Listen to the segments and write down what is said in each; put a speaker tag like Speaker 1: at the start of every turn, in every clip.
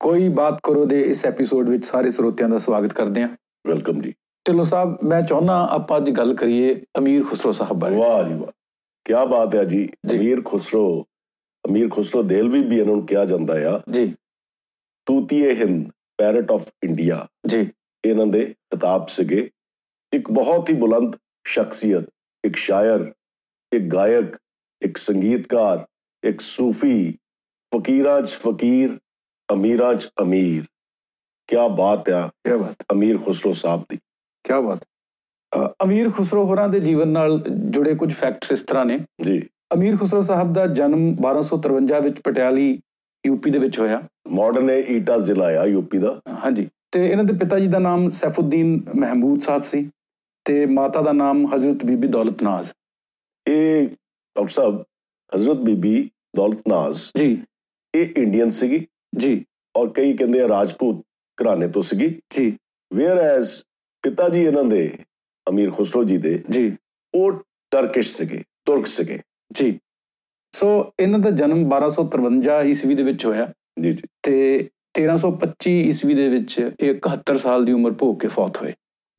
Speaker 1: ਕੋਈ ਬਾਤ ਕਰੋ ਦੇ ਇਸ ਐਪੀਸੋਡ ਵਿੱਚ ਸਾਰੇ ਸਰੋਤਿਆਂ ਦਾ ਸਵਾਗਤ ਕਰਦੇ ਹਾਂ
Speaker 2: ਵੈਲਕਮ ਜੀ
Speaker 1: ਢਿੱਲੋਂ ਸਾਹਿਬ ਮੈਂ ਚਾਹੁੰਦਾ ਆਪਾਂ ਅੱਜ ਗੱਲ ਕਰੀਏ ਅਮੀਰ ਖੁਸਰੋ ਸਾਹਿਬ ਬਾਰੇ
Speaker 2: ਵਾਹ ਜੀ ਵਾਹ ਕੀ ਬਾਤ ਹੈ ਜੀ
Speaker 1: ਜੀ।
Speaker 2: ਅਮੀਰ ਖੁਸਰੋ ਅਮੀਰ ਖੁਸਰੋ ਦੇਲਵੀ ਵੀ ਇਹਨਾਂ ਨੂੰ ਕਿਹਾ ਜਾਂਦਾ ਆ
Speaker 1: ਜੀ
Speaker 2: ਤੂਤੀਏ ਹਿੰਦ ਪੈਰਟ ਆਫ ਇੰਡੀਆ
Speaker 1: ਜੀ
Speaker 2: ਇਹਨਾਂ ਦੇ ਖਿਤਾਬ ਸੀਗੇ ਇੱਕ ਬਹੁਤ ਹੀ ਬੁਲੰਦ ਸ਼ਖਸੀਅਤ ਇੱਕ ਸ਼ਾਇਰ ਇੱਕ ਗਾਇਕ ਇੱਕ ਸੰਗੀਤਕਾਰ ਇੱਕ ਸੂਫੀ ਫਕੀਰਾਂ 'ਚ ਫਕੀਰ ਅਮੀਰਾਂ 'ਚ ਅਮੀਰ ਕੀ ਬਾਤ ਆ
Speaker 1: ਕੀ ਬਾਤ
Speaker 2: ਅਮੀਰ ਖੁਸਰੋ ਸਾਹਿਬ ਦੀ
Speaker 1: ਕੀ ਬਾਤ ਅ, ਅਮੀਰ ਖੁਸਰੋ ਹੋਰਾਂ ਦੇ ਜੀਵਨ ਨਾਲ ਜੁੜੇ ਕੁਝ ਫੈਕਟਸ ਇਸ ਤਰ੍ਹਾਂ ਨੇ
Speaker 2: ਜੀ
Speaker 1: ਅਮੀਰ ਖੁਸਰੋ ਸਾਹਿਬ ਦਾ ਜਨਮ 1253 ਵਿੱਚ ਪਟਿਆਲੀ ਯੂਪੀ ਦੇ ਵਿੱਚ ਹੋਇਆ
Speaker 2: ਮਾਡਰਨ ਈਟਾ ਜ਼ਿਲ੍ਹਾ ਆ ਯੂਪੀ ਦਾ
Speaker 1: ਹਾਂਜੀ ਤੇ ਇਹਨਾਂ ਦੇ ਪਿਤਾ ਜੀ ਦਾ ਨਾਮ ਸੈਫੁਦੀਨ ਮਹਿਮੂਦ ਸਾਹਿਬ ਸੀ ਤੇ ਮਾਤਾ ਦਾ ਨਾਮ ਹਜ਼ਰਤ ਬੀਬੀ ਦੌਲਤ ਨਾਜ਼
Speaker 2: ਇਹ ਡਾਕਟਰ ਸਾਹਿਬ ਹਜ਼ਰਤ ਬੀਬੀ ਦੌਲਤ ਨਾਜ਼
Speaker 1: ਜੀ
Speaker 2: ਇਹ ਇੰਡੀਅਨ ਸੀਗੀ
Speaker 1: ਜੀ
Speaker 2: ਔਰ ਕਈ ਕਹਿੰਦੇ ਆ ਰਾਜਪੂਤ ਘਰਾਣੇ ਤੋਂ ਸੀਗੀ
Speaker 1: ਜੀ
Speaker 2: ਵੇਅਰ ਐਸ ਪਿਤਾ ਜੀ ਇਹਨਾਂ ਦੇ ਅਮੀਰ ਖੁਸਰੋ ਜੀ ਦੇ
Speaker 1: ਜੀ
Speaker 2: ਉਹ ਟਰਕਿਸ਼ ਸੀਗੇ ਤੁਰਕ ਸੀਗੇ
Speaker 1: ਜੀ ਸੋ ਇਹਨਾਂ ਦਾ ਜਨਮ 1253 ਈਸਵੀ ਦੇ ਵਿੱਚ ਹੋਇਆ
Speaker 2: ਜੀ ਜੀ
Speaker 1: ਤੇ 1325 ਈਸਵੀ ਦੇ ਵਿੱਚ ਇਹ 71 ਸਾਲ ਦੀ ਉਮਰ ਭੋਗ ਕੇ ਫੌਤ ਹੋਏ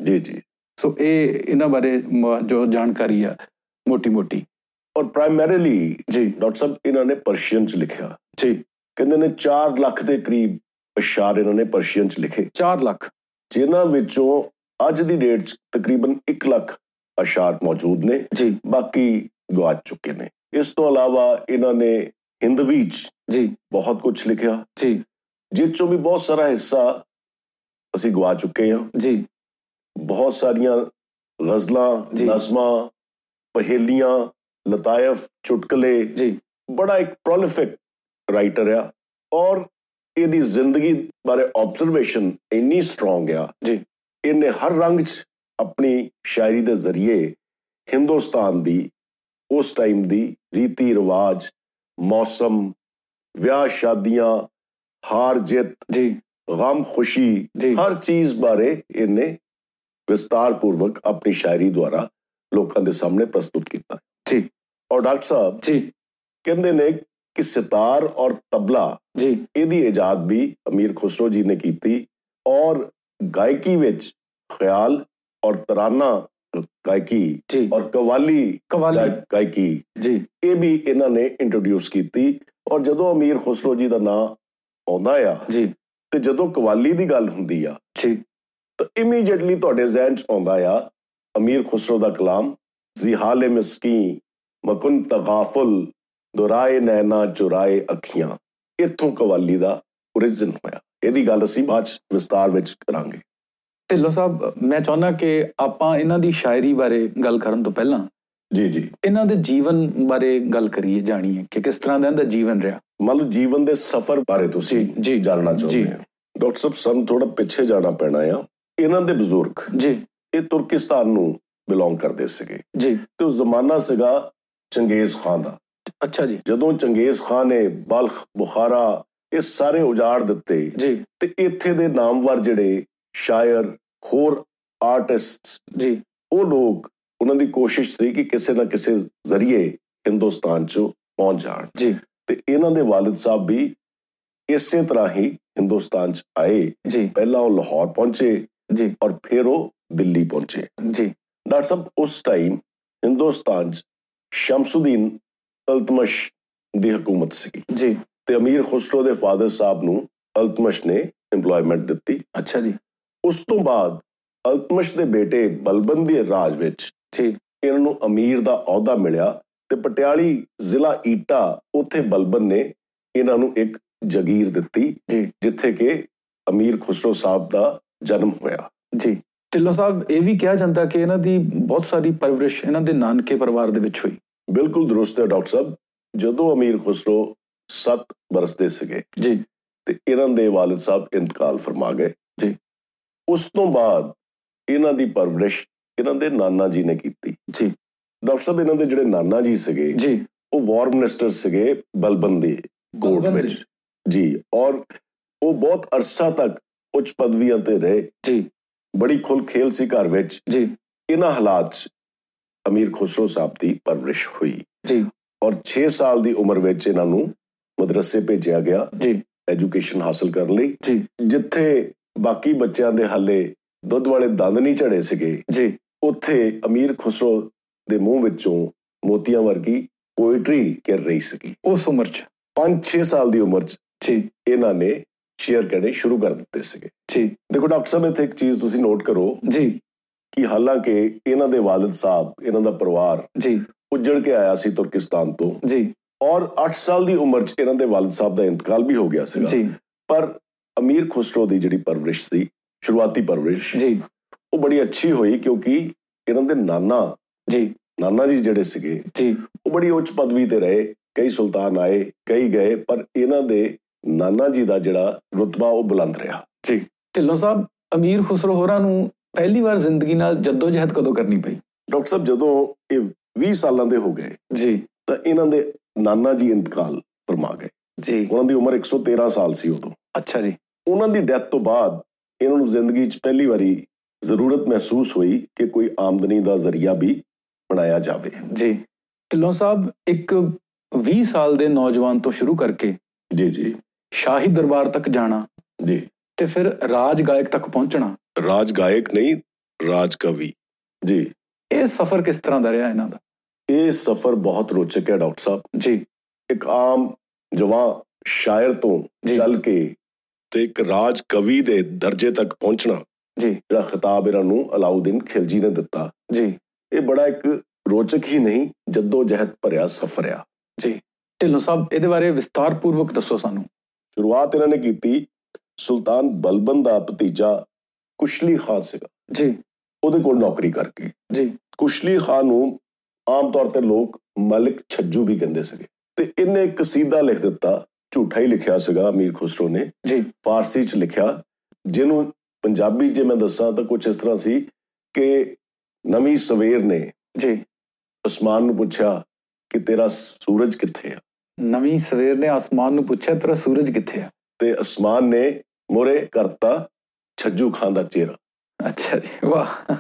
Speaker 2: ਜੀ ਜੀ
Speaker 1: ਸੋ ਇਹ ਇਹਨਾਂ ਬਾਰੇ ਮ- ਜੋ ਜਾਣਕਾਰੀ ਆ ਮੋਟੀ-ਮੋਟੀ
Speaker 2: ਔਰ ਪ੍ਰਾਇਮਰੀਲੀ
Speaker 1: ਜੀ
Speaker 2: ਡਾਕਟਰ ਸਾਹਿਬ ਇਹਨਾਂ ਨੇ ਪਰਸ਼ੀਅਨ ਚ ਲਿਖਿਆ
Speaker 1: ਜੀ
Speaker 2: ਕਹਿੰਦੇ ਨੇ 4 ਲੱਖ ਦੇ ਕਰੀਬ ਅਸ਼ਾਰ ਇਹਨਾਂ ਨੇ ਪਰਸ਼ੀਅਨ ਚ ਲਿਖੇ
Speaker 1: 4 ਲੱਖ
Speaker 2: ਜਿਨ੍ਹਾਂ ਵਿੱਚੋਂ ਅੱਜ ਦੀ ਡੇਟ ਚ ਤਕਰੀਬਨ 1 ਲੱਖ ਅਸ਼ਾਰ ਮੌਜੂਦ ਨੇ
Speaker 1: ਜੀ
Speaker 2: ਬਾਕੀ ਗਵਾਚ ਚੁੱਕੇ ਨੇ ਇਸ ਤੋਂ ਇਲਾਵਾ ਇਹਨਾਂ ਨੇ ਹਿੰਦਵੀ ਚ
Speaker 1: ਜੀ
Speaker 2: ਬਹੁਤ ਕੁਝ ਲਿਖਿਆ
Speaker 1: ਜੀ
Speaker 2: ਜਿਸ ਚੋਂ ਵੀ ਬਹੁਤ ਸਾਰਾ ਹਿੱਸਾ ਅਸੀਂ ਗਵਾ ਚੁੱਕੇ ਹਾਂ
Speaker 1: ਜੀ
Speaker 2: ਬਹੁਤ ਸਾਰੀਆਂ ਗ਼ਜ਼ਲਾਂ
Speaker 1: ਜੀ।
Speaker 2: ਨਜ਼ਮਾਂ ਪਹੇਲੀਆਂ ਲਤਾਇਫ ਚੁਟਕਲੇ
Speaker 1: ਜੀ
Speaker 2: ਬੜਾ ਇੱਕ ਪ੍ਰੋਲਿਫਿਕ ਰਾਈਟਰ ਆ ਔਰ ਇਹਦੀ ਜ਼ਿੰਦਗੀ ਬਾਰੇ ਆਬਜ਼ਰਵੇਸ਼ਨ ਇੰਨੀ ਸਟਰੋਂਗ ਆ
Speaker 1: ਜੀ।
Speaker 2: ਇਹਨੇ ਹਰ ਰੰਗ 'ਚ ਆਪਣੀ ਸ਼ਾਇਰੀ ਦੇ ਜ਼ਰੀਏ ਹਿੰਦੁਸਤਾਨ ਦੀ ਉਸ ਟਾਈਮ ਦੀ ਰੀਤੀ ਰਿਵਾਜ ਮੌਸਮ ਵਿਆਹ ਸ਼ਾਦੀਆਂ ਹਾਰ ਜਿੱਤ
Speaker 1: ਜੀ
Speaker 2: ਗਮ ਖੁਸ਼ੀ
Speaker 1: ਜੀ
Speaker 2: ਹਰ ਚੀਜ਼ ਬਾਰੇ ਇਹਨੇ ਵਿਸਤਾਰਪੂਰਵਕ ਆਪਣੀ ਸ਼ਾਇਰੀ ਦੁਆਰਾ ਲੋਕਾਂ ਦੇ ਸਾਹਮਣੇ ਪ੍ਰਸਤੁਤ ਕੀਤਾ
Speaker 1: ਜੀ।
Speaker 2: ਔਰ ਡਾਕਟਰ ਸਾਹਿਬ
Speaker 1: ਜੀ
Speaker 2: ਕਹਿੰਦੇ ਨੇ ਕਿ ਸਿਤਾਰ ਔਰ ਤਬਲਾ
Speaker 1: ਜੀ
Speaker 2: ਇਹਦੀ ਇਜਾਦ ਵੀ ਅਮੀਰ ਖੁਸਰੋ ਜੀ ਨੇ ਕੀਤੀ ਔਰ ਗਾਇਕੀ ਵਿੱਚ ਖਿਆਲ ਔਰ ਤਰਾਨਾ ਗਾਇਕੀ
Speaker 1: ਜੀ
Speaker 2: ਔਰ ਕਵਾਲੀ
Speaker 1: ਕਵਾਲੀ
Speaker 2: ਗਾਇ- ਗਾਇਕੀ
Speaker 1: ਜੀ
Speaker 2: ਇਹ ਵੀ ਇਹਨਾਂ ਨੇ ਇੰਟਰੋਡਿਊਸ ਕੀਤੀ ਔਰ ਜਦੋਂ ਅਮੀਰ ਖੁਸਰੋ ਜੀ ਦਾ ਨਾਂ ਆਉਂਦਾ ਆ
Speaker 1: ਜੀ
Speaker 2: ਤੇ ਜਦੋਂ ਕਵਾਲੀ ਦੀ ਗੱਲ ਹੁੰਦੀ ਆ
Speaker 1: ਜੀ
Speaker 2: ਤਾਂ ਇਮੀਡੀਏਟਲੀ ਤੁਹਾਡੇ ਜ਼ਿਹਨ 'ਚ ਆਉਂਦਾ ਆ ਅਮੀਰ ਖੁਸਰੋ ਦਾ ਕਲਾਮ ਜ਼ਿਹਾਲੇ ਮਸਕੀ ਮਕੁਨ ਤਗਾਫਲ ਦੁਰਾਏ ਨੈਣਾ ਚੁਰਾਏ ਅੱਖੀਆਂ ਇੱਥੋਂ ਕਵਾਲੀ ਦਾ origin ਹੋਇਆ ਇਹਦੀ ਗੱਲ ਅਸੀਂ ਬਾਅਦ 'ਚ ਵਿਸਤਾਰ ਵਿੱਚ ਕਰਾਂਗੇ
Speaker 1: ਢਿੱਲੋਂ ਸਾਹਿਬ ਮੈਂ ਚਾਹੁੰਦਾ ਕਿ ਆਪਾਂ ਇਹਨਾਂ ਦੀ ਸ਼ਾਇਰੀ ਬਾਰੇ ਗੱਲ ਕਰਨ ਤੋਂ ਪਹਿਲਾਂ
Speaker 2: ਜੀ ਜੀ
Speaker 1: ਇਹਨਾਂ ਦੇ ਜੀਵਨ ਬਾਰੇ ਗੱਲ ਕਰੀਏ ਜਾਣੀਏ ਕਿ ਕਿਸ ਤਰ੍ਹਾਂ ਦਾ ਇਹਨਾਂ ਦਾ ਜੀਵਨ ਰਿਹਾ
Speaker 2: ਮੰਨ ਲਓ ਜੀਵਨ ਦੇ ਸਫ਼ਰ ਬਾਰੇ ਤੁਸੀਂ
Speaker 1: ਜੀ
Speaker 2: ਜਾਣਨਾ ਚਾਹੁੰਦੇ
Speaker 1: ਜੀ।
Speaker 2: ਹੋ ਡਾਕਟਰ ਸਾਹਿਬ ਸਾਨੂੰ ਥੋੜਾ ਪਿੱਛੇ ਜਾਣਾ ਪੈਣਾ ਆ ਇਹਨਾਂ ਦੇ ਬਜ਼ੁਰਗ
Speaker 1: ਜੀ
Speaker 2: ਇਹ ਤੁਰਕਿਸਤਾਨ ਨੂੰ ਬਿਲੋਂਗ ਕਰਦੇ ਸੀਗੇ
Speaker 1: ਜੀ
Speaker 2: ਤੇ ਉਹ ਜ਼ਮਾਨਾ ਸੀਗਾ ਚੰਗੇਜ਼ ਖਾਨ ਦਾ
Speaker 1: ਅੱਛਾ ਜੀ
Speaker 2: ਜਦੋਂ ਚੰਗੇਜ਼ ਖਾਨ ਨੇ ਬਲਖ ਬੁਖਾਰਾ ਇਹ ਸਾਰੇ ਉਜਾੜ ਦਿੱਤੇ
Speaker 1: ਜੀ
Speaker 2: ਤੇ ਇੱਥੇ ਦੇ ਨਾਮਵਰ ਜਿਹੜੇ ਸ਼ਾਇਰ ਹੋਰ ਆਰਟਿਸਟਸ
Speaker 1: ਜੀ
Speaker 2: ਉਹ ਲੋਕ ਉਹਨਾਂ ਦੀ ਕੋਸ਼ਿਸ਼ ਸੀ ਕਿ ਕਿਸੇ ਨਾ ਕਿਸੇ ਜ਼ਰੀਏ ਹਿੰਦੁਸਤਾਨ 'ਚ ਪਹੁੰਚ ਜਾਣ
Speaker 1: ਜੀ।
Speaker 2: ਤੇ ਇਹਨਾਂ ਦੇ ਵਾਲਿਦ ਸਾਹਿਬ ਵੀ ਇਸੇ ਤਰ੍ਹਾਂ ਹੀ ਹਿੰਦੁਸਤਾਨ 'ਚ ਆਏ
Speaker 1: ਜੀ
Speaker 2: ਪਹਿਲਾਂ ਉਹ ਲਾਹੌਰ ਪਹੁੰਚੇ
Speaker 1: ਜੀ
Speaker 2: ਔਰ ਫਿਰ ਉਹ ਦਿੱਲੀ ਪਹੁੰਚੇ
Speaker 1: ਜੀ
Speaker 2: ਡਾਕਟਰ ਸਾਹਿਬ ਉਸ ਟਾਈਮ ਹਿੰਦੁਸਤਾਨ 'ਚ ਸ਼ਮਸੁਦੀਨ ਤਲਤਮਸ਼ ਦੀ ਹਕੂਮਤ ਸੀ
Speaker 1: ਜੀ
Speaker 2: ਤੇ ਅਮੀਰ ਖੁਸਰੋ ਦੇ ਫਾਦਰ ਸਾਹਿਬ ਨੂੰ ਅਲਤਮਸ਼ ਨੇ EMPLOYMENT ਦਿੱਤੀ
Speaker 1: ਅੱਛਾ ਜੀ
Speaker 2: ਉਸ ਤੋਂ ਬਾਅਦ ਅਲਤਮਸ਼ ਦੇ ਬੇਟੇ ਬਲਬਨ ਦੇ ਰਾਜ ਵਿੱਚ
Speaker 1: ਜੀ
Speaker 2: ਇਹਨਾਂ ਨੂੰ ਅਮੀਰ ਦਾ ਅਹੁਦਾ ਮਿਲਿਆ ਤੇ ਪਟਿਆਲੀ ਜ਼ਿਲ੍ਹਾ ਈਟਾ ਉੱਥੇ ਬਲਬਨ ਨੇ ਇਹਨਾਂ ਨੂੰ ਇੱਕ ਜਗੀਰ ਦਿੱਤੀ
Speaker 1: ਜੀ।
Speaker 2: ਜਿੱਥੇ ਕਿ ਅਮੀਰ ਖੁਸਰੋ ਸਾਹਿਬ ਦਾ ਜਨਮ ਹੋਇਆ
Speaker 1: ਜੀ ਢਿੱਲੋਂ ਸਾਹਿਬ ਇਹ ਵੀ ਕਿਹਾ ਜਾਂਦਾ ਕਿ ਇਹਨਾਂ ਦੀ ਬਹੁਤ ਸਾਰੀ ਪਰਵਰਿਸ਼ ਇਹਨਾਂ ਦੇ ਨਾਨਕੇ ਪਰਿਵਾਰ ਦੇ ਵਿੱਚ ਹੋਈ
Speaker 2: ਬਿਲਕੁਲ ਦਰੁਸਤ ਹੈ ਡਾਕਟਰ ਸਾਹਿਬ ਜਦੋਂ ਅਮੀਰ ਖੁਸਰੋ 7 ਬਰਸ ਦੇ ਸੀਗੇ
Speaker 1: ਜੀ
Speaker 2: ਤੇ ਇਹਨਾਂ ਦੇ ਵਾਲਿਦ ਸਾਹਿਬ ਇੰਤਕਾਲ ਫਰਮਾ ਗਏ
Speaker 1: ਜੀ।
Speaker 2: ਉਸ ਤੋਂ ਬਾਅਦ ਇਹਨਾਂ ਦੀ ਪਰਵਰਿਸ਼ ਇਹਨਾਂ ਦੇ ਨਾਨਾ ਜੀ ਨੇ ਕੀਤੀ
Speaker 1: ਜੀ।
Speaker 2: ਡਾਕਟਰ ਸਾਹਿਬ ਇਹਨਾਂ ਦੇ ਜਿਹੜੇ ਨਾਨਾ ਜੀ ਸੀਗੇ
Speaker 1: ਜੀ
Speaker 2: ਉਹ ਵਾਰ ਮਿਨਿਸਟਰ ਸੀਗੇ ਬਲਬਨ ਦੇ ਕੋਰਟ
Speaker 1: ਬਲਬਨ ਦੇ।
Speaker 2: ਵਿੱਚ ਜੀ ਔਰ ਉਹ ਬਹੁਤ ਅਰਸਾ ਤੱਕ ਉੱਚ ਪਦਵੀਆਂ ਤੇ ਰਹੇ
Speaker 1: ਜੀ
Speaker 2: ਬੜੀ ਖੁੱਲ ਖੇਲ ਸੀ ਘਰ ਵਿੱਚ
Speaker 1: ਜੀ
Speaker 2: ਇਹਨਾਂ ਹਾਲਾਤ 'ਚ ਅਮੀਰ ਖੁਸਰੋ ਸਾਹਿਬ ਦੀ ਪਰਵਰਿਸ਼ ਹੋਈ
Speaker 1: ਜੀ
Speaker 2: ਔਰ 6 ਸਾਲ ਦੀ ਉਮਰ ਵਿੱਚ ਇਹਨਾਂ ਨੂੰ ਮਦਰਸੇ ਭੇਜਿਆ ਗਿਆ
Speaker 1: ਜੀ
Speaker 2: ਐਜੂਕੇਸ਼ਨ ਹਾਸਲ ਕਰਨ ਲਈ
Speaker 1: ਜੀ
Speaker 2: ਜਿੱਥੇ ਬਾਕੀ ਬੱਚਿਆਂ ਦੇ ਹਾਲੇ ਦੁੱਧ ਵਾਲੇ ਦੰਦ ਨਹੀਂ ਝੜੇ ਸੀਗੇ
Speaker 1: ਜੀ
Speaker 2: ਉੱਥੇ ਅਮੀਰ ਖੁਸਰੋ ਦੇ ਮੂੰਹ ਵਿੱਚੋਂ ਮੋਤੀਆਂ ਵਰਗੀ ਪੋਇਟਰੀ ਕਰ ਰਹੀ ਸੀਗੀ
Speaker 1: ਉਸ ਉਮਰ 'ਚ
Speaker 2: 5-6 ਸਾਲ ਦੀ ਉਮਰ 'ਚ
Speaker 1: ਜੀ
Speaker 2: ਇਹਨਾਂ ਨੇ ਸ਼ੇਅਰ ਕਰਨੇ ਸ਼ੁਰੂ ਕਰ ਦਿੱਤੇ ਸੀਗੇ
Speaker 1: ਜੀ
Speaker 2: ਦੇਖੋ ਡਾਕਟਰ ਸਾਹਿਬ ਇੱਥੇ ਇੱਕ ਚੀਜ਼ ਤੁਸੀਂ ਨੋਟ ਕਰੋ
Speaker 1: ਜੀ
Speaker 2: ਕਿ ਹਾਲਾਂਕਿ ਇਹਨਾਂ ਦੇ ਵਾਲਿਦ ਸਾਹਿਬ ਇਹਨਾਂ ਦਾ ਪਰਿਵਾਰ
Speaker 1: ਜੀ
Speaker 2: ਉੱਜੜ ਕੇ ਆਇਆ ਸੀ ਤੁਰਕਿਸਤਾਨ ਤੋਂ
Speaker 1: ਜੀ
Speaker 2: ਔਰ 8 ਸਾਲ ਦੀ ਉਮਰ 'ਚ ਇਹਨਾਂ ਦੇ ਵਾਲਿਦ ਸਾਹਿਬ ਦਾ ਇੰਤਕਾਲ ਵੀ ਹੋ ਗਿਆ ਸੀਗਾ
Speaker 1: ਜੀ
Speaker 2: ਪਰ ਅਮੀਰ ਖੁਸਰੋ ਦੀ ਜਿਹੜੀ ਪਰਵਰਿਸ਼ ਸੀ ਸ਼ੁਰੂਆਤੀ ਪਰਵਰਿਸ਼
Speaker 1: ਜੀ
Speaker 2: ਉਹ ਬੜੀ ਅੱਛੀ ਹੋਈ ਕਿਉਂਕਿ ਇਹਨਾਂ ਦੇ ਨਾਨਾ
Speaker 1: ਜੀ
Speaker 2: ਨਾਨਾ ਜੀ ਜਿਹੜੇ ਸੀਗੇ
Speaker 1: ਜੀ
Speaker 2: ਉਹ ਬੜੀ ਉੱਚ ਪਦਵੀ ਤੇ ਰਹੇ ਕਈ ਸੁਲਤਾਨ ਆਏ ਕਈ ਗਏ ਪਰ ਇਹਨਾਂ ਦੇ ਨਾਨਾ ਜੀ ਦਾ ਜਿਹੜਾ ਰੁਤਬਾ ਉਹ ਬੁਲੰਦ ਰਿਹਾ
Speaker 1: ਢਿੱਲੋਂ ਸਾਹਿਬ ਅਮੀਰ ਖੁਸਰੋ ਹੋਰਾਂ ਨੂੰ ਪਹਿਲੀ ਵਾਰ ਜ਼ਿੰਦਗੀ ਨਾਲ ਜਦੋਜਹਿਦ ਕਦੋਂ ਕਰਨੀ ਪਈ
Speaker 2: ਡਾਕਟਰ ਸਾਹਿਬ ਜਦੋਂ ਇਹ 20 ਸਾਲਾਂ ਦੇ ਹੋ ਗਏ
Speaker 1: ਜੀ
Speaker 2: ਤਾਂ ਇਹਨਾਂ ਦੇ ਨਾਨਾ ਜੀ ਇੰਤਕਾਲ ਫਰਮਾ ਗਏ
Speaker 1: ਜੀ
Speaker 2: ਉਹਨਾਂ ਦੀ ਉਮਰ 113 ਸਾਲ ਸੀ ਉਦੋਂ
Speaker 1: ਅੱਛਾ ਜੀ
Speaker 2: ਉਹਨਾਂ ਦੀ ਡੈਥ ਤੋਂ ਬਾਅਦ ਇਹਨਾਂ ਨੂੰ ਜ਼ਿੰਦਗੀ 'ਚ ਪਹਿਲੀ ਵਾਰੀ ਜ਼ਰੂਰਤ ਮਹਿਸੂਸ ਹੋਈ ਕਿ ਕੋਈ ਆਮਦਨੀ ਦਾ ਜ਼ਰੀਆ ਵੀ ਬਣਾਇਆ ਜਾਵੇ
Speaker 1: ਜੀ ਢਿੱਲੋਂ ਸਾਹਿਬ ਇੱਕ 20 ਸਾਲ ਦੇ ਨੌਜਵਾਨ ਤੋਂ ਸ਼ੁਰੂ ਕਰਕੇ
Speaker 2: ਜੀ ਜੀ
Speaker 1: ਸ਼ਾਹੀ ਦਰਬਾਰ ਤੱਕ ਜਾਣਾ
Speaker 2: ਜੀ
Speaker 1: ਤੇ ਫਿਰ ਰਾਜ ਗਾਇਕ ਤੱਕ ਪਹੁੰਚਣਾ
Speaker 2: ਰਾਜ ਗਾਇਕ ਨਹੀਂ ਰਾਜ ਕਵੀ ਜੀ
Speaker 1: ਇਹ ਸਫ਼ਰ ਕਿਸ ਤਰ੍ਹਾਂ ਦਾ ਰਿਹਾ ਇਹਨਾਂ ਦਾ
Speaker 2: ਇਹ ਸਫ਼ਰ ਬਹੁਤ ਰੋਚਕ ਹੈ ਡਾਕਟਰ ਸਾਹਿਬ
Speaker 1: ਜੀ
Speaker 2: ਇੱਕ ਆਮ ਜਵਾਂ ਸ਼ਾਇਰ ਤੋਂ
Speaker 1: ਜੀ।
Speaker 2: ਚੱਲ ਕੇ ਤੇ ਇੱਕ ਰਾਜ ਕਵੀ ਦੇ ਦਰਜੇ ਤੱਕ ਪਹੁੰਚਣਾ
Speaker 1: ਜੀ।
Speaker 2: ਜਿਹੜਾ ਖਿਤਾਬ ਇਹਨਾਂ ਨੂੰ ਅਲਾਉਦੀਨ ਖਿਲਜੀ ਨੇ ਦਿੱਤਾ
Speaker 1: ਜੀ
Speaker 2: ਇਹ ਬੜਾ ਇੱਕ ਰੋਚਕ ਹੀ ਨਹੀਂ ਜੱਦੋ ਜਹਿਦ ਭਰਿਆ ਸਫ਼ਰ ਆ
Speaker 1: ਢਿੱਲੋਂ ਸਾਹਿਬ ਇਹਦੇ ਬਾਰੇ ਵਿਸਤਾਰਪੂਰਵਕ ਦੱਸੋ ਸਾਨੂੰ
Speaker 2: ਸ਼ੁਰੂਆਤ ਇਹਨਾਂ ਨੇ ਕੀਤੀ ਸੁਲਤਾਨ ਬਲਬਨ ਦਾ ਭਤੀਜਾ ਕੁਸ਼ਲੀ ਖਾਨ ਸੀਗਾ
Speaker 1: ਜੀ
Speaker 2: ਉਹਦੇ ਕੋਲ ਨੌਕਰੀ ਕਰਕੇ
Speaker 1: ਜੀ
Speaker 2: ਕੁਸ਼ਲੀ ਖਾਨ ਨੂੰ ਆਮ ਤੌਰ ਤੇ ਲੋਕ ਮਲਿਕ ਛੱਜੂ ਵੀ ਕਹਿੰਦੇ ਸੀਗੇ ਤੇ ਇਹਨੇ ਇੱਕ ਕਸੀਦਾ ਲਿਖ ਦਿੱਤਾ ਝੂਠਾ ਹੀ ਲਿਖਿਆ ਸੀਗਾ ਅਮੀਰ ਖੁਸਰੋ ਨੇ
Speaker 1: ਜੀ
Speaker 2: ਫਾਰਸੀ ਚ ਲਿਖਿਆ ਜਿਹਨੂੰ ਪੰਜਾਬੀ ਜੇ ਮੈਂ ਦੱਸਾਂ ਤਾਂ ਕੁਝ ਇਸ ਤਰ੍ਹਾਂ ਸੀ ਕਿ ਨਵੀਂ ਸਵੇਰ ਨੇ
Speaker 1: ਜੀ
Speaker 2: ਅਸਮਾਨ ਨੂੰ ਪੁੱਛਿਆ ਕਿ ਤੇਰਾ ਸੂਰਜ ਕਿੱਥੇ ਆ
Speaker 1: ਨਵੀਂ ਸਵੇਰ ਨੇ ਆਸਮਾਨ ਨੂੰ ਪੁੱਛਿਆ ਤੇਰਾ ਸੂਰਜ ਕਿੱਥੇ ਆ
Speaker 2: ਤੇ ਅਸਮਾਨ ਨੇ ਮੋਰੇ ਕਰਤਾ ਛੱਜੂ ਖਾਨ ਦਾ ਚਿਹਰਾ
Speaker 1: ਅੱਛਾ ਜੀ ਵਾਹ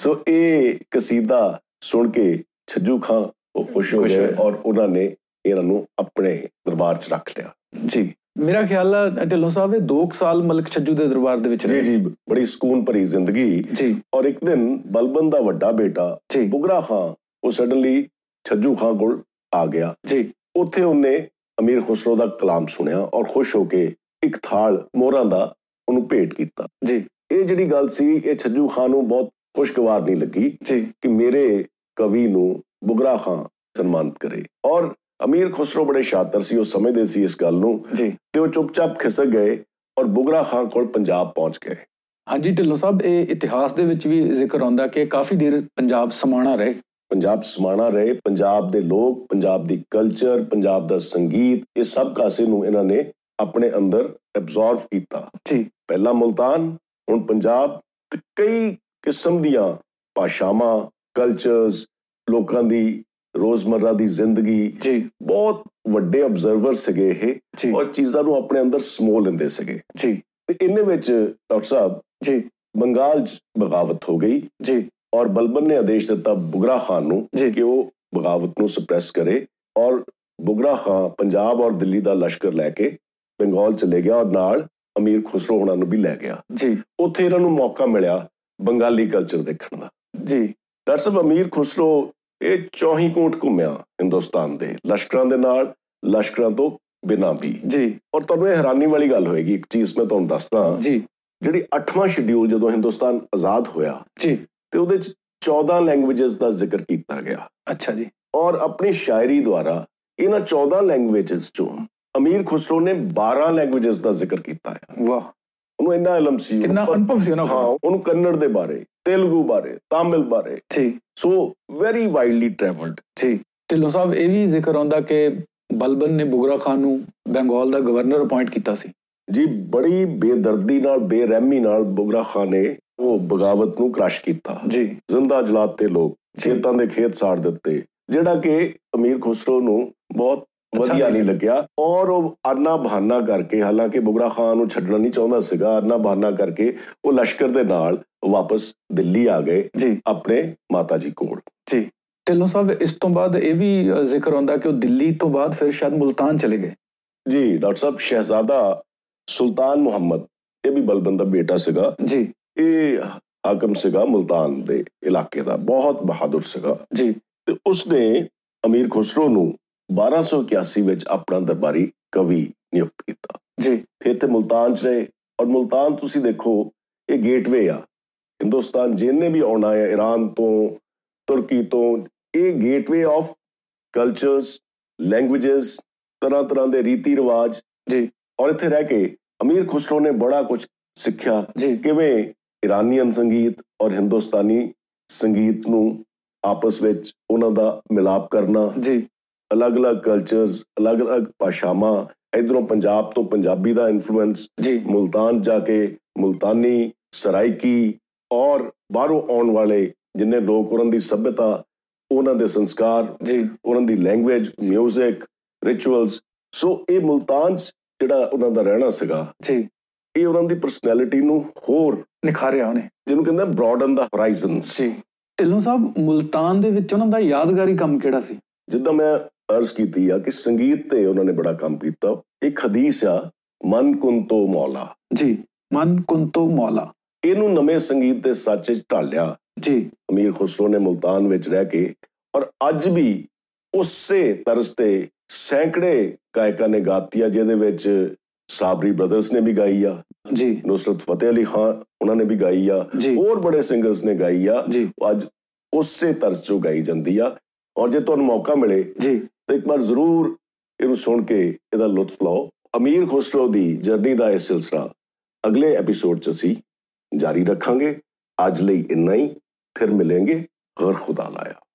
Speaker 2: ਸੋ ਇਹ ਕਸੀਦਾ ਸੁਣ ਕੇ ਛੱਜੂ ਖਾਂ ਉਹ ਖੁਸ਼ ਹੋ
Speaker 1: ਖੁਸ਼
Speaker 2: ਗਏ
Speaker 1: ਹੋਏ।
Speaker 2: ਔਰ ਉਹਨਾਂ ਨੇ ਇਹਨਾਂ ਨੂੰ ਆਪਣੇ ਦਰਬਾਰ 'ਚ ਰੱਖ ਲਿਆ
Speaker 1: ਜੀ ਮੇਰਾ ਖਿਆਲ ਆ ਢਿੱਲੋਂ ਸਾਹਿਬ ਇਹ 2 ਸਾਲ ਮਲਕ ਛੱਜੂ ਦੇ ਦਰਬਾਰ ਦੇ ਵਿੱਚ
Speaker 2: ਜੀ
Speaker 1: ਰਹੇ
Speaker 2: ਜੀ ਬੜੀ ਸਕੂਨ ਭਰੀ ਜ਼ਿੰਦਗੀ
Speaker 1: ਜੀ
Speaker 2: ਔਰ ਇੱਕ ਦਿਨ ਬਲਬਨ ਦਾ ਵੱਡਾ ਬੇਟਾ
Speaker 1: ਜੀ
Speaker 2: ਬੁਗਰਾ ਖਾਂ ਉਹ ਸਡਨਲੀ ਛੱਜੂ ਖਾਂ ਕੋਲ ਆ ਗਿਆ
Speaker 1: ਜੀ
Speaker 2: ਉੱਥੇ ਉਹਨੇ ਅਮੀਰ ਖੁਸਰੋ ਦਾ ਕਲਾਮ ਸੁਣਿਆ ਔਰ ਖੁਸ਼ ਹੋ ਕੇ ਇੱਕ ਥਾਲ ਮੋਹਰਾਂ ਦਾ ਉਹਨੂੰ ਭੇਟ ਕੀਤਾ
Speaker 1: ਜੀ।
Speaker 2: ਇਹ ਜਿਹੜੀ ਗੱਲ ਸੀ ਇਹ ਛੱਜੂ ਖਾਨ ਨੂੰ ਬਹੁਤ ਖੁਸ਼ਗਵਾਰ ਨਹੀਂ ਲੱਗੀ
Speaker 1: ਜੀ
Speaker 2: ਕਿ ਮੇਰੇ ਕਵੀ ਨੂੰ ਬੁਗਰਾ ਖਾਂ ਸਨਮਾਨਿਤ ਕਰੇ ਔਰ ਅਮੀਰ ਖੁਸਰੋ ਬੜੇ ਸ਼ਾਤਰ ਸੀ ਉਹ ਸਮਝਦੇ ਸੀ ਇਸ ਗੱਲ ਨੂੰ
Speaker 1: ਜੀ
Speaker 2: ਤੇ ਉਹ ਚੁੱਪਚਾਪ ਖਿਸਕ ਗਏ ਔਰ ਬੁਗਰਾ ਖਾਂ ਕੋਲ ਪੰਜਾਬ ਪਹੁੰਚ ਗਏ
Speaker 1: ਹਾਂਜੀ ਢਿੱਲੋਂ ਸਾਹਿਬ ਇਹ ਇਤਿਹਾਸ ਦੇ ਵਿੱਚ ਵੀ ਜ਼ਿਕਰ ਆਉਂਦਾ ਕਿ ਕਾਫੀ ਦੇਰ ਪੰਜਾਬ ਸਮਾਣਾ ਰਹੇ
Speaker 2: ਪੰਜਾਬ ਸਮਾਣਾ ਰਹੇ ਪੰਜਾਬ ਦੇ ਲੋਕ ਪੰਜਾਬ ਦੀ ਕਲਚਰ ਪੰਜਾਬ ਦਾ ਸੰਗੀਤ ਇਹ ਸਭ ਕਾਸੇ ਨੂੰ ਇਹਨਾਂ ਨੇ ਆਪਣੇ ਅੰਦਰ ਐਬਜ਼ੌਰਬ ਕੀਤਾ
Speaker 1: ਜੀ।
Speaker 2: ਪਹਿਲਾ ਮਲਤਾਨ ਹੁਣ ਪੰਜਾਬ ਤੇ ਕਈ ਕਿਸਮ ਦੀਆਂ ਭਾਸ਼ਾਵਾਂ ਕਲਚਰਸ ਲੋਕਾਂ ਦੀ ਰੋਜ਼ਮਰਰਾ ਦੀ ਜ਼ਿੰਦਗੀ
Speaker 1: ਜੀ
Speaker 2: ਬਹੁਤ ਵੱਡੇ ਆਬਜ਼ਰਵਰ ਸੀਗੇ ਇਹ
Speaker 1: ਜੀ
Speaker 2: ਔਰ ਚੀਜ਼ਾਂ ਨੂੰ ਆਪਣੇ ਅੰਦਰ ਸਮੋ ਲੈਂਦੇ ਸੀਗੇ
Speaker 1: ਜੀ
Speaker 2: ਤੇ ਇਹਨੇ ਵਿੱਚ ਡਾਕਟਰ ਸਾਹਿਬ
Speaker 1: ਜੀ
Speaker 2: ਬੰਗਾਲ 'ਚ ਬਗਾਵਤ ਹੋ ਗਈ
Speaker 1: ਜੀ
Speaker 2: ਔਰ ਬਲਬਨ ਨੇ ਆਦੇਸ਼ ਦਿੱਤਾ ਬੁਗਰਾ ਖਾਨ ਨੂੰ
Speaker 1: ਜੀ।
Speaker 2: ਕਿ ਉਹ ਬਗਾਵਤ ਨੂੰ ਸੁਪਰੈਸ ਕਰੇ ਔਰ ਬੁਗਰਾ ਖਾਨ ਪੰਜਾਬ ਔਰ ਦਿੱਲੀ ਦਾ ਲਸ਼ਕਰ ਲੈ ਕੇ ਬੰਗਾਲ ਚਲੇ ਗਿਆ ਔਰ ਨਾਲ ਅਮੀਰ ਖੁਸਰੋ ਹੁਣਾਂ ਨੂੰ ਵੀ ਲੈ ਗਿਆ
Speaker 1: ਜੀ
Speaker 2: ਉੱਥੇ ਇਹਨਾਂ ਨੂੰ ਮੌਕਾ ਮਿਲਿਆ ਬੰਗਾਲੀ ਕਲਚਰ ਦੇਖਣ ਦਾ
Speaker 1: ਜੀ
Speaker 2: ਦਰਸਬ ਅਮੀਰ ਖੁਸਰੋ ਇਹ ਚੌਹੀ ਕੋਟ ਘੁੰਮਿਆ ਹਿੰਦੁਸਤਾਨ ਦੇ ਲਸ਼ਕਰਾਂ ਦੇ ਨਾਲ ਲਸ਼ਕਰਾਂ ਤੋਂ ਬਿਨਾਂ ਵੀ
Speaker 1: ਜੀ
Speaker 2: ਔਰ ਤੁਹਾਨੂੰ ਇਹ ਹੈਰਾਨੀ ਵਾਲੀ ਗੱਲ ਹੋਏਗੀ ਇੱਕ ਚੀਜ਼ ਮੈਂ ਤੁਹਾਨੂੰ ਦੱਸਦਾ
Speaker 1: ਜੀ
Speaker 2: ਜਿਹੜੀ 8ਵਾਂ ਸ਼ਡਿਊਲ ਜਦੋਂ ਹਿੰਦੁਸਤਾਨ ਆਜ਼ਾਦ ਹੋਇਆ
Speaker 1: ਜੀ
Speaker 2: ਤੇ ਉਹਦੇ ਚ 14 ਲੈਂਗੁਏਜਸ ਦਾ ਜ਼ਿਕਰ ਕੀਤਾ ਗਿਆ
Speaker 1: ਅੱਛਾ ਜੀ
Speaker 2: ਔਰ ਆਪਣੀ ਸ਼ਾਇਰੀ ਦੁਆਰਾ ਇਹਨਾਂ 14 ਲੈਂਗੁਏਜਸ ਚੋਂ ਅਮੀਰ ਖੁਸਰੋ ਨੇ 12 ਲੈਂਗੁਏਜਸ ਦਾ ਜ਼ਿਕਰ ਕੀਤਾ ਹੈ
Speaker 1: ਵਾਹ
Speaker 2: ਉਹਨੂੰ ਇੰਨਾ ਇਲਮ ਸੀ
Speaker 1: ਕਿੰਨਾ
Speaker 2: ਪਰ-
Speaker 1: ਅਨੁਭਵ ਸੀ ਉਹਨਾਂ
Speaker 2: ਹਾਂ
Speaker 1: ਕੋਲ
Speaker 2: ਉਹਨੂੰ ਕੰਨੜ ਦੇ ਬਾਰੇ ਤੇਲਗੂ ਬਾਰੇ ਤਾਮਿਲ ਬਾਰੇ
Speaker 1: ਜੀ
Speaker 2: ਸੋ ਵੈਰੀ ਵਾਈਡਲੀ ਟ੍ਰੈਵਲਡ
Speaker 1: ਜੀ ਢਿੱਲੋਂ ਸਾਹਿਬ ਇਹ ਵੀ ਜ਼ਿਕਰ ਆਉਂਦਾ ਕਿ ਬਲਬਨ ਨੇ ਬੁਗਰਾ ਖਾਨ ਨੂੰ ਬੰਗਾਲ ਦਾ ਗਵਰਨਰ ਅਪਾਇੰਟ ਕੀਤਾ ਸੀ
Speaker 2: ਜੀ ਬੜੀ ਬੇਦਰਦੀ ਨਾਲ ਬੇਰਹਿਮੀ ਨਾਲ ਬੁਗਰਾ ਖਾਨ ਨੇ ਉਹ ਬਗਾਵਤ ਨੂੰ ਕ੍ਰਸ਼ ਕੀਤਾ
Speaker 1: ਜੀ
Speaker 2: ਜ਼ਿੰਦਾ ਜਲਾਤ ਤੇ ਲੋਕ ਖੇਤਾਂ ਦੇ ਖੇਤ ਸਾੜ ਦਿੱਤੇ ਜਿਹੜਾ ਕਿ ਅਮੀਰ ਖੁਸਰੋ ਨੂੰ ਬਹੁਤ
Speaker 1: ਅੱਛਾ
Speaker 2: ਵਧੀਆ ਨਹੀਂ
Speaker 1: ਲੱਗਿਆ।
Speaker 2: ਲੱਗਿਆ ਔਰ ਉਹ ਆਨਾ ਬਹਾਨਾ ਕਰਕੇ ਹਾਲਾਂਕਿ ਬੁਗਰਾ ਖਾਨ ਨੂੰ ਛੱਡਣਾ ਨਹੀਂ ਚਾਹੁੰਦਾ ਸੀਗਾ ਆਨਾ ਬਹਾਨਾ ਕਰਕੇ ਉਹ ਲਸ਼ਕਰ ਦੇ ਨਾਲ ਵਾਪਸ ਦਿੱਲੀ ਆ ਗਏ
Speaker 1: ਜੀ
Speaker 2: ਆਪਣੇ ਮਾਤਾ ਜੀ ਕੋਲ
Speaker 1: ਢਿੱਲੋਂ ਸਾਹਿਬ ਇਸ ਤੋਂ ਬਾਅਦ ਇਹ ਵੀ ਅ, ਜ਼ਿਕਰ ਆਉਂਦਾ ਕਿ ਉਹ ਦਿੱਲੀ ਤੋਂ ਬਾਅਦ ਫਿਰ ਸ਼ਾਇਦ ਮੁਲਤਾਨ ਚਲੇ ਗਏ
Speaker 2: ਜੀ ਡਾਕਟਰ ਸਾਹਿਬ ਸ਼ਹਿਜ਼ਾਦਾ ਸੁਲਤਾਨ ਮੁਹੰਮਦ ਇਹ ਵੀ ਬਲਬਨ ਦਾ ਬੇਟਾ ਸੀਗਾ
Speaker 1: ਜੀ
Speaker 2: ਇਹ ਹਾਕਮ ਸੀਗਾ ਮਲਤਾਨ ਦੇ ਇਲਾਕੇ ਦਾ ਬਹੁਤ ਬਹਾਦਰ ਸੀਗਾ
Speaker 1: ਜੀ
Speaker 2: ਤੇ ਉਸਨੇ ਅਮੀਰ ਖੁਸਰੋ ਨੂੰ 1281 ਵਿੱਚ ਆਪਣਾ ਦਰਬਾਰੀ ਕਵੀ ਨਿਯੁਕਤ ਕੀਤਾ
Speaker 1: ਜੀ
Speaker 2: ਫਿਰ ਤੇ ਮੁਲਤਾਨ ਚ ਰਹੇ ਔਰ ਮੁਲਤਾਨ ਤੁਸੀਂ ਦੇਖੋ ਇਹ ਗੇਟਵੇ ਆ ਹਿੰਦੁਸਤਾਨ ਜਿਹਨੇ ਵੀ ਆਉਣਾ ਹੈ ਈਰਾਨ ਤੋਂ ਤੁਰਕੀ ਤੋਂ ਇਹ ਗੇਟਵੇ ਆਫ ਕਲਚਰਸ ਲੈਂਗੁਏजेस ਤਰ੍ਹਾਂ ਤਰ੍ਹਾਂ ਦੇ ਰੀਤੀ ਰਿਵਾਜ
Speaker 1: ਜੀ।
Speaker 2: ਔਰ ਇੱਥੇ ਰਹਿ ਕੇ ਅਮੀਰ ਖੁਸਰੋ ਨੇ ਬੜਾ ਕੁਝ ਸਿੱਖਿਆ
Speaker 1: ਜੀ
Speaker 2: ਕਿਵੇਂ ਇਰਾਨੀਅਨ ਸੰਗੀਤ ਔਰ ਹਿੰਦੁਸਤਾਨੀ ਸੰਗੀਤ ਨੂੰ ਆਪਸ ਵਿੱਚ ਉਹਨਾਂ ਦਾ ਮਿਲਾਪ ਕਰਨਾ
Speaker 1: ਜੀ
Speaker 2: ਅਲੱਗ-ਅਲੱਗ ਕਲਚਰਸ ਅਲੱਗ-ਅਲੱਗ ਭਾਸ਼ਾਵਾਂ ਇਧਰੋਂ ਪੰਜਾਬ ਤੋਂ ਪੰਜਾਬੀ ਦਾ ਇਨਫਲੂਐਂਸ
Speaker 1: ਜੀ
Speaker 2: ਮੁਲਤਾਨ ਜਾ ਕੇ ਮੁਲਤਾਨੀ ਸਰਾਇਕੀ ਔਰ ਬਾਹਰੋਂ ਆਉਣ ਵਾਲੇ ਜਿੰਨੇ ਲੋਕ ਉਹਨਾਂ ਦੀ ਸਭਿਅਤਾ ਉਹਨਾਂ ਦੇ ਸੰਸਕਾਰ
Speaker 1: ਜੀ
Speaker 2: ਉਹਨਾਂ ਦੀ ਲੈਂਗੁਏਜ 뮤직 ਰਿਚੁਅਲਸ ਸੋ ਇਹ ਮੁਲਤਾਨ 'ਚ ਜਿਹੜਾ ਉਹਨਾਂ ਦਾ ਰਹਿਣਾ ਸੀਗਾ
Speaker 1: ਜੀ
Speaker 2: ਇਹ ਉਹਨਾਂ ਦੀ ਪਰਸਨੈਲਿਟੀ ਨੂੰ ਹੋਰ
Speaker 1: ਨਿਖਾਰਿਆ ਉਹਨੇ
Speaker 2: ਜਿਹਨੂੰ ਕਹਿੰਦੇ ਬ੍ਰੋਡਨ ਦਾ ਹੋਰਾਈਜ਼ਨਸ
Speaker 1: ਜੀ ਢਿੱਲੋਂ ਸਾਹਿਬ ਮੁਲਤਾਨ ਦੇ ਵਿੱਚ ਉਹਨਾਂ ਦਾ ਯਾਦਗਾਰੀ ਕੰਮ ਕਿਹੜਾ ਸੀ
Speaker 2: ਜਿੱਦਾਂ ਮੈਂ ਅਰਜ਼ ਕੀਤੀ ਆ ਕਿ ਸੰਗੀਤ ਤੇ ਉਹਨਾਂ ਨੇ ਬੜਾ ਕੰਮ ਕੀਤਾ ਇੱਕ ਹਦੀਸ ਆ ਮਨ ਕੁੰਤੋ ਮੌਲਾ
Speaker 1: ਜੀ ਮਨ ਕੁੰਤੋ ਮੌਲਾ
Speaker 2: ਇਹਨੂੰ ਨਵੇਂ ਸੰਗੀਤ ਦੇ ਸੱਚ 'ਚ ਢਾਲਿਆ
Speaker 1: ਜੀ
Speaker 2: ਅਮੀਰ ਖੁਸਰੋ ਨੇ ਮੁਲਤਾਨ ਵਿੱਚ ਰਹਿ ਕੇ ਔਰ ਅੱਜ ਵੀ ਉਸੇ ਤਰਜ਼ ਤੇ ਸੈਂਕੜੇ ਗਾਇਕਾਂ ਨੇ ਗਾਤੀ ਆ ਜਿਹਦੇ ਵਿੱਚ ਸਾਬਰੀ ਬ੍ਰਦਰਸ ਨੇ ਵੀ ਗਾਈ ਆ
Speaker 1: ਜੀ
Speaker 2: ਨੁਸਰਤ ਫਤਿਹ ਅਲੀ ਖਾਨ ਉਹਨਾਂ ਨੇ ਵੀ ਗਾਈ ਆ
Speaker 1: ਜੀ
Speaker 2: ਹੋਰ ਬੜੇ ਸਿੰਗਰਸ ਨੇ ਗਾਈ ਆ
Speaker 1: ਜੀ
Speaker 2: ਉਹ ਅੱਜ ਉਸੇ ਤਰਜ਼ 'ਚੋਂ ਗਾਈ ਜਾਂਦੀ ਆ ਔਰ ਜੇ ਤੁਹਾਨੂੰ ਮੌਕਾ ਮਿਲੇ
Speaker 1: ਜੀ
Speaker 2: ਤਾਂ ਇੱਕ ਵਾਰ ਜ਼ਰੂਰ ਇਹਨੂੰ ਸੁਣ ਕੇ ਇਹਦਾ ਲੁਤਫ ਲਓ ਅਮੀਰ ਖੁਸਰੋ ਦੀ ਜਰਨੀ ਦਾ ਇਹ ਸਿਲਸਿਲਾ ਅਗਲੇ ਐਪੀਸੋਡ 'ਚ ਅਸੀਂ ਜਾਰੀ ਰੱਖਾਂਗੇ ਅੱਜ ਲਈ ਇੰਨਾ ਹੀ ਫਿਰ ਮਿਲਾਂਗੇ ਗਰ ਖੁਦਾ ਲਾਇਆ